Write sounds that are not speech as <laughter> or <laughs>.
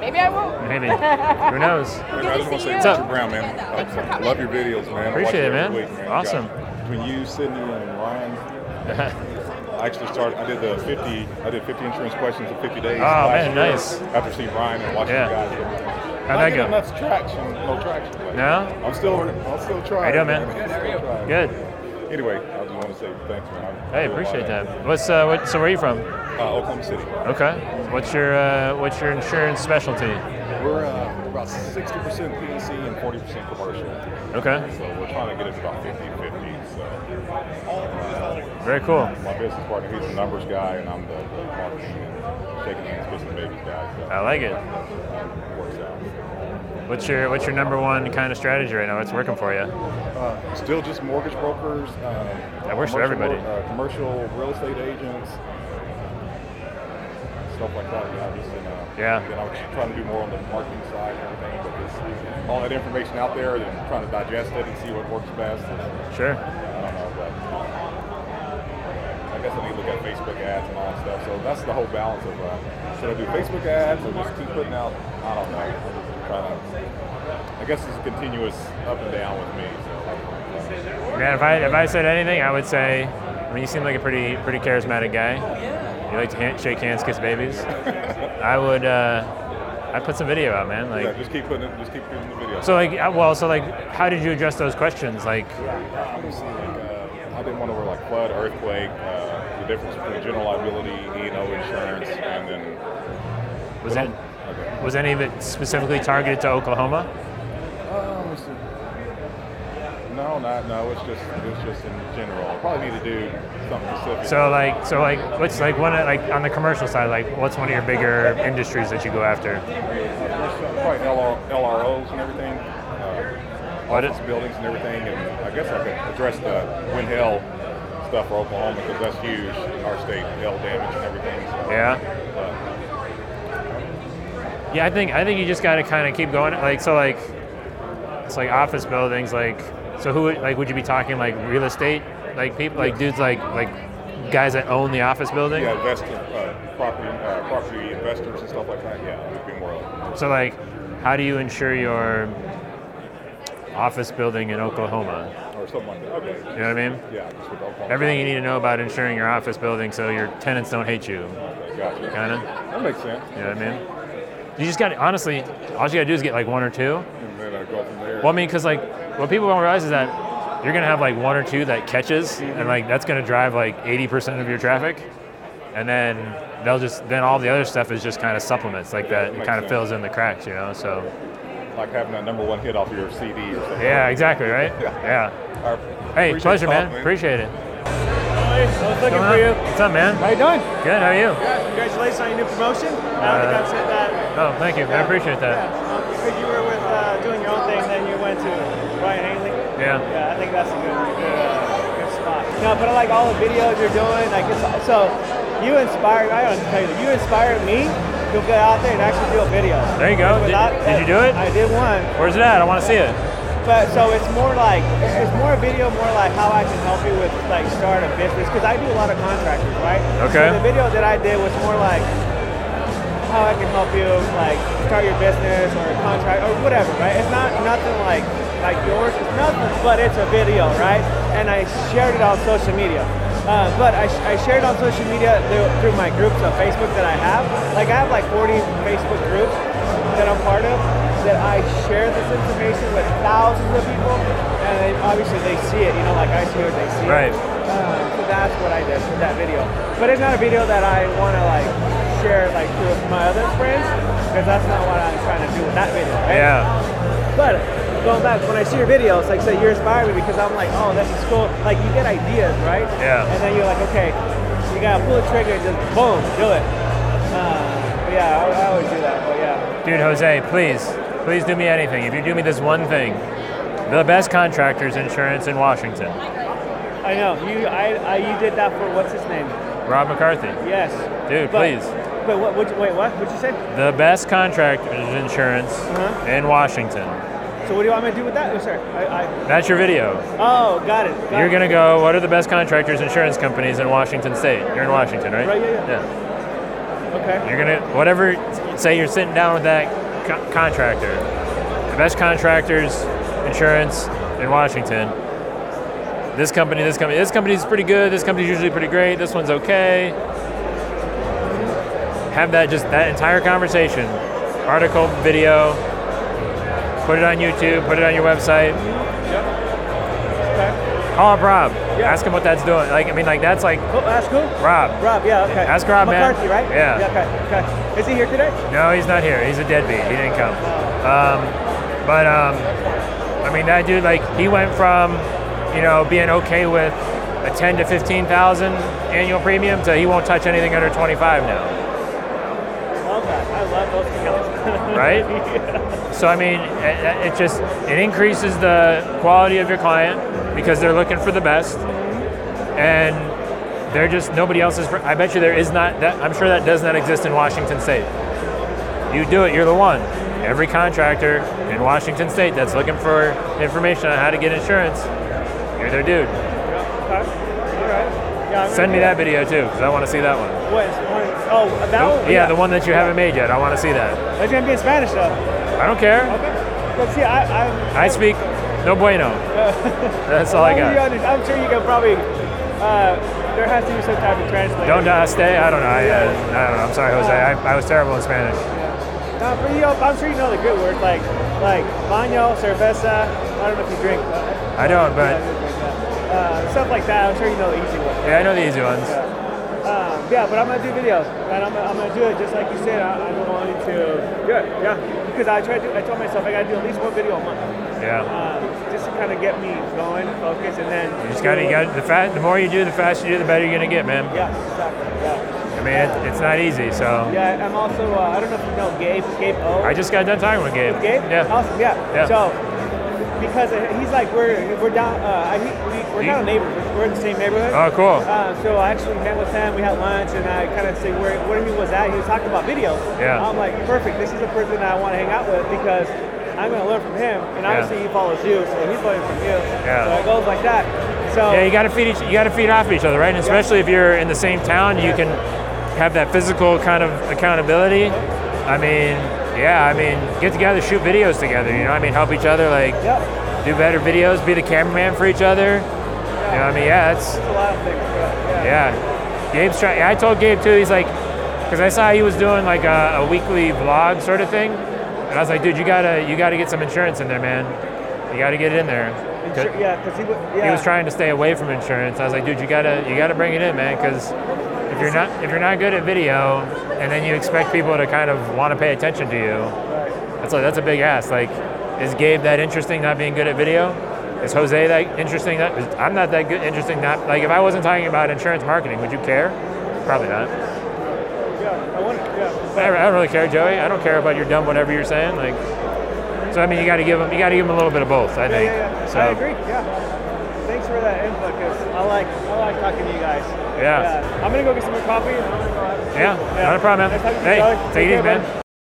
Maybe I won't. Maybe. Who knows? <laughs> Good I to just want see to say, you. Mr. Brown, man, Thanks for I coming. love your videos, man. Appreciate it, I watch you every man. Week, man. Awesome. Gosh, When you, Sydney, and Ryan, I actually started. I did the 50. I did 50 insurance questions in 50 Oh, days. last man, year nice. After seeing Ryan and watching Yeah. you guys. How'd Not that getting go? Enough traction. No traction. But No? I'm still. I'm still trying. doing, man? I'm still trying. Good. Anyway, I just want to say thanks, man. Hey, appreciate that. What's uh, what, so? Where are you from? Uh, Oklahoma City. Okay. What's your uh, what's your insurance specialty? We're uh, about 60% PNC and 40% commercial. Okay. So we're trying to get it to about 50-50. So uh, Very cool. my business partner, he's the numbers guy, and I'm the the marketing and shaking hands, kissing babies guy. I like it. So it works out. What's your what's your number one kind of strategy right now? What's working for you? Uh, still just mortgage brokers. Uh, That works for commercial- everybody. Uh, commercial real estate agents. Stuff like that. You know, just, you know, Yeah. Then I was trying to do more on the marketing side and everything, but this, all that information out there, and trying to digest it and see what works best. Sure. I don't know, but I guess I need to look at Facebook ads and all that stuff. So that's the whole balance of uh, should I do Facebook ads or just keep putting out? I don't know. I'm Trying to, I guess it's continuous up and down with me. So. Man, if I if I said anything, I would say, I mean, you seem like a pretty pretty charismatic guy. You like to hand, shake hands, kiss babies. <laughs> I would uh, I put some video out, man. Yeah, Like just keep putting it, just keep putting the video. so, like uh, well, so like, how did you address those questions? Like, Obviously, like, uh, I didn't want to wear like flood, earthquake, uh, the difference between general liability, E and O insurance, and then was it okay. was any of it specifically targeted to Oklahoma? Uh, let me see. No, not no. It's just it's just in general. I probably need to do something specific. So like so like what's like one of, like on the commercial side, like what's one of your bigger industries that you go after? Probably LR, LROs and everything, uh, What office it- buildings and everything, and I guess I could address the wind hail stuff for Oklahoma because that's huge in our state, hail damage and everything. So, Yeah. uh, Yeah, I think I think you just got to kind of keep going. Like so, like it's like office buildings. Like so, who would- like would you be talking like real estate? Like people, like dudes, like like guys that own the office building. yeah, invest uh, property uh, property investors and stuff like that. Yeah, would be more. Of, So like, how do you insure your office building in Oklahoma? or something like that. You Okay. know what I mean? Yeah, just with Oklahoma. Everything you need to know about insuring your office building so your tenants don't hate you. Okay, gotcha. Kind of. That makes sense. You know what I mean? You just got to honestly. All you got to do is get like one or two. And then I go from there. Well, I mean, because like what people don't realize is that you're gonna have like one or two that catches, and like that's gonna drive like 80% of your traffic, and then they'll just then all the other stuff is just kind of supplements like that. It Makes kind of sense. fills in the cracks, you know. So Like having that number one hit off your CD or something. yeah, exactly, right? <laughs> Yeah. Yeah. I appreciate Hey, the pleasure, talk, man. Appreciate it. I was looking Come for on. you. What's up, man? How you doing? Good. How are you? Congratulations on your new promotion. I don't think I've said that. Oh, thank you. I appreciate that. Yeah. Because you were with uh, doing your own thing, then you went to Ryan Hanley. Yeah. Yeah, I think that's a good, good, uh, good spot. No, but I like all the videos you're doing. Like, it's, so you inspired. I don't have to tell you. You inspired me to get out there and actually do a video. There you go. Did, Without- did you do it? I did one. Where's it at? I want to see it. But so it's more like it's more a video, more like how I can help you with like start a business because I do a lot of contractors, right? Okay. So the video that I did was more like how I can help you like start your business or contract or whatever, right? It's not nothing like like yours, it's nothing, but it's a video, right? And I shared it on social media. Uh, but I, sh- I shared on social media through, through my groups on Facebook that I have. Like I have like 40 Facebook groups that I'm part of that I share this information with thousands of people, and they, obviously they see it. You know, like I see it, they see it. Right. Uh, so that's what I did for that video. But it's not a video that I want to like share like to my other friends because that's not what I'm trying to do with that video. Right? Yeah. But going back, when I see your videos, like say you're inspiring me because I'm like, oh, this is cool. Like you get ideas, right? Yeah. And then you're like, okay, you gotta pull the trigger and just boom, do it. Uh, but yeah, I, I always do that. But yeah. Dude, Jose, please, please do me anything. If you do me this one thing, the best contractors insurance in Washington. I know you. I, I you did that for what's his name? Rob McCarthy. Yes. Dude, But- please. But what? Would you, wait, what? What'd you say? The best contractors insurance Uh-huh. in Washington. So what do you want me to do with that? Oh, sorry. I, I, That's your video. oh, got it. Got You're it. gonna go. What are the best contractors insurance companies in Washington State? You're in Washington, right? Right, yeah, yeah. yeah. Okay. You're gonna whatever. say you're sitting down with that co- contractor, the best contractors insurance in Washington. This company, this company, this company's pretty good. This company's usually pretty great. This one's okay. Have that just that entire conversation, article, video. Put it on YouTube. Put it on your website. Okay. Call up Rob. Yeah. Ask him what that's doing. Like I mean, like that's like Cool. Oh, That's cool. Rob. Rob, yeah, okay. Ask Rob, man. McCarthy, right? Yeah. Okay. Okay. Is he here today? No, he's not here. He's a deadbeat. He didn't come. Um, but um, I mean, that dude, like, he went from, you know, being okay with a ten to fifteen thousand annual premium to he won't touch anything under twenty five now, Love that. I love those accounts. right? So I mean, it, it just it increases the quality of your client because they're looking for the best, and they're just nobody else is. I bet you there is not that. I'm sure that does not exist in Washington State. You do it, you're the one. Every contractor in Washington State that's looking for information on how to get insurance, you're their dude. <laughs> Okay. All right. Yeah, I'm Send me gonna do that video too, because I want to see that one. What is one? Oh, that one? Yeah, the one that you haven't made yet. I want to see that. It's gonna be in Spanish though. I don't care. Okay. Let's see. I, I, I speak no bueno. That's all I I'm, got. really honest, I'm sure you can probably. Uh, there has to be some type of translator. Don't uh, stay. I don't know. I, uh, I don't know. I'm sorry, Jose. I, I was terrible in Spanish. No, but you know, I'm sure you know the good words like like baño, cerveza. I don't know if you drink, but I don't, but uh, stuff like that. I'm sure you know the easy ones. yeah, I know the easy ones. Um, yeah, but I'm gonna do videos, and I'm, I'm gonna do it just like you said. I, I'm going to do it, yeah, because I tried to. I told myself I gotta do at least one video a month, Yeah. um, just to kind of get me going, focus, and then You just gotta, you got the fat. The more you do, the faster you do, the better you're gonna get, man. Yeah, exactly. Yeah. I mean, it, it's not easy. So Yeah, I'm also. Uh, I don't know if you know Gabe. Gabe O. I just got done talking with Gabe. Gabe? Yeah. Awesome. Yeah. Yeah. So because uh, he's like we're we're down uh, I, we, we're You- not neighbors. We're in the same neighborhood. Oh, cool. Uh, so I actually met with him. We had lunch, and I kind of say where where he was at. He was talking about videos. Yeah. I'm like, perfect. This is the person that I want to hang out with because. I'm gonna learn from him, and Yeah. obviously he follows you, so he's learning from you. Yeah. So it goes like that. So Yeah, you gotta feed each, you gotta feed off each other, right? And especially if you're in the same town, you can have that physical kind of accountability. I mean, yeah, I mean, get together, shoot videos together. You know, I mean, help each other, like yep, do better videos, be the cameraman for each other. You know, I mean, yeah, it's it's a lot of things. But yeah. yeah. Gabe's trying. I told Gabe too. He's like, because I saw he was doing like a, a weekly vlog sort of thing, and I was like, dude, you gotta you gotta get some insurance in there, man. You gotta get it in there. 'Cause- Insur- yeah, because he was. Yeah. he was trying to stay away from insurance. I was like, dude, you gotta you gotta bring it in, man, because if you're not if you're not good at video, and then you expect people to kind of want to pay attention to you, Right. that's like that's a big ask. Like, is Gabe that interesting not being good at video? Is Jose that interesting? That is, I'm not that good interesting. Not like if I wasn't talking about insurance marketing, would you care? Probably not. Yeah. I want. Yeah. I I don't really care, Joey. I don't care about your dumb whatever you're saying. Like, so I mean, you got to give him you got to give him a little bit of both. I Yeah, think. yeah, yeah. So, I agree. Yeah. Thanks for that input, 'cause I like I like talking to you guys. Yeah. I'm gonna go get some more coffee. And I'm gonna go out. Yeah, not a problem, man. Nice talking to you, Hey, brother. take it easy, care, man. buddy.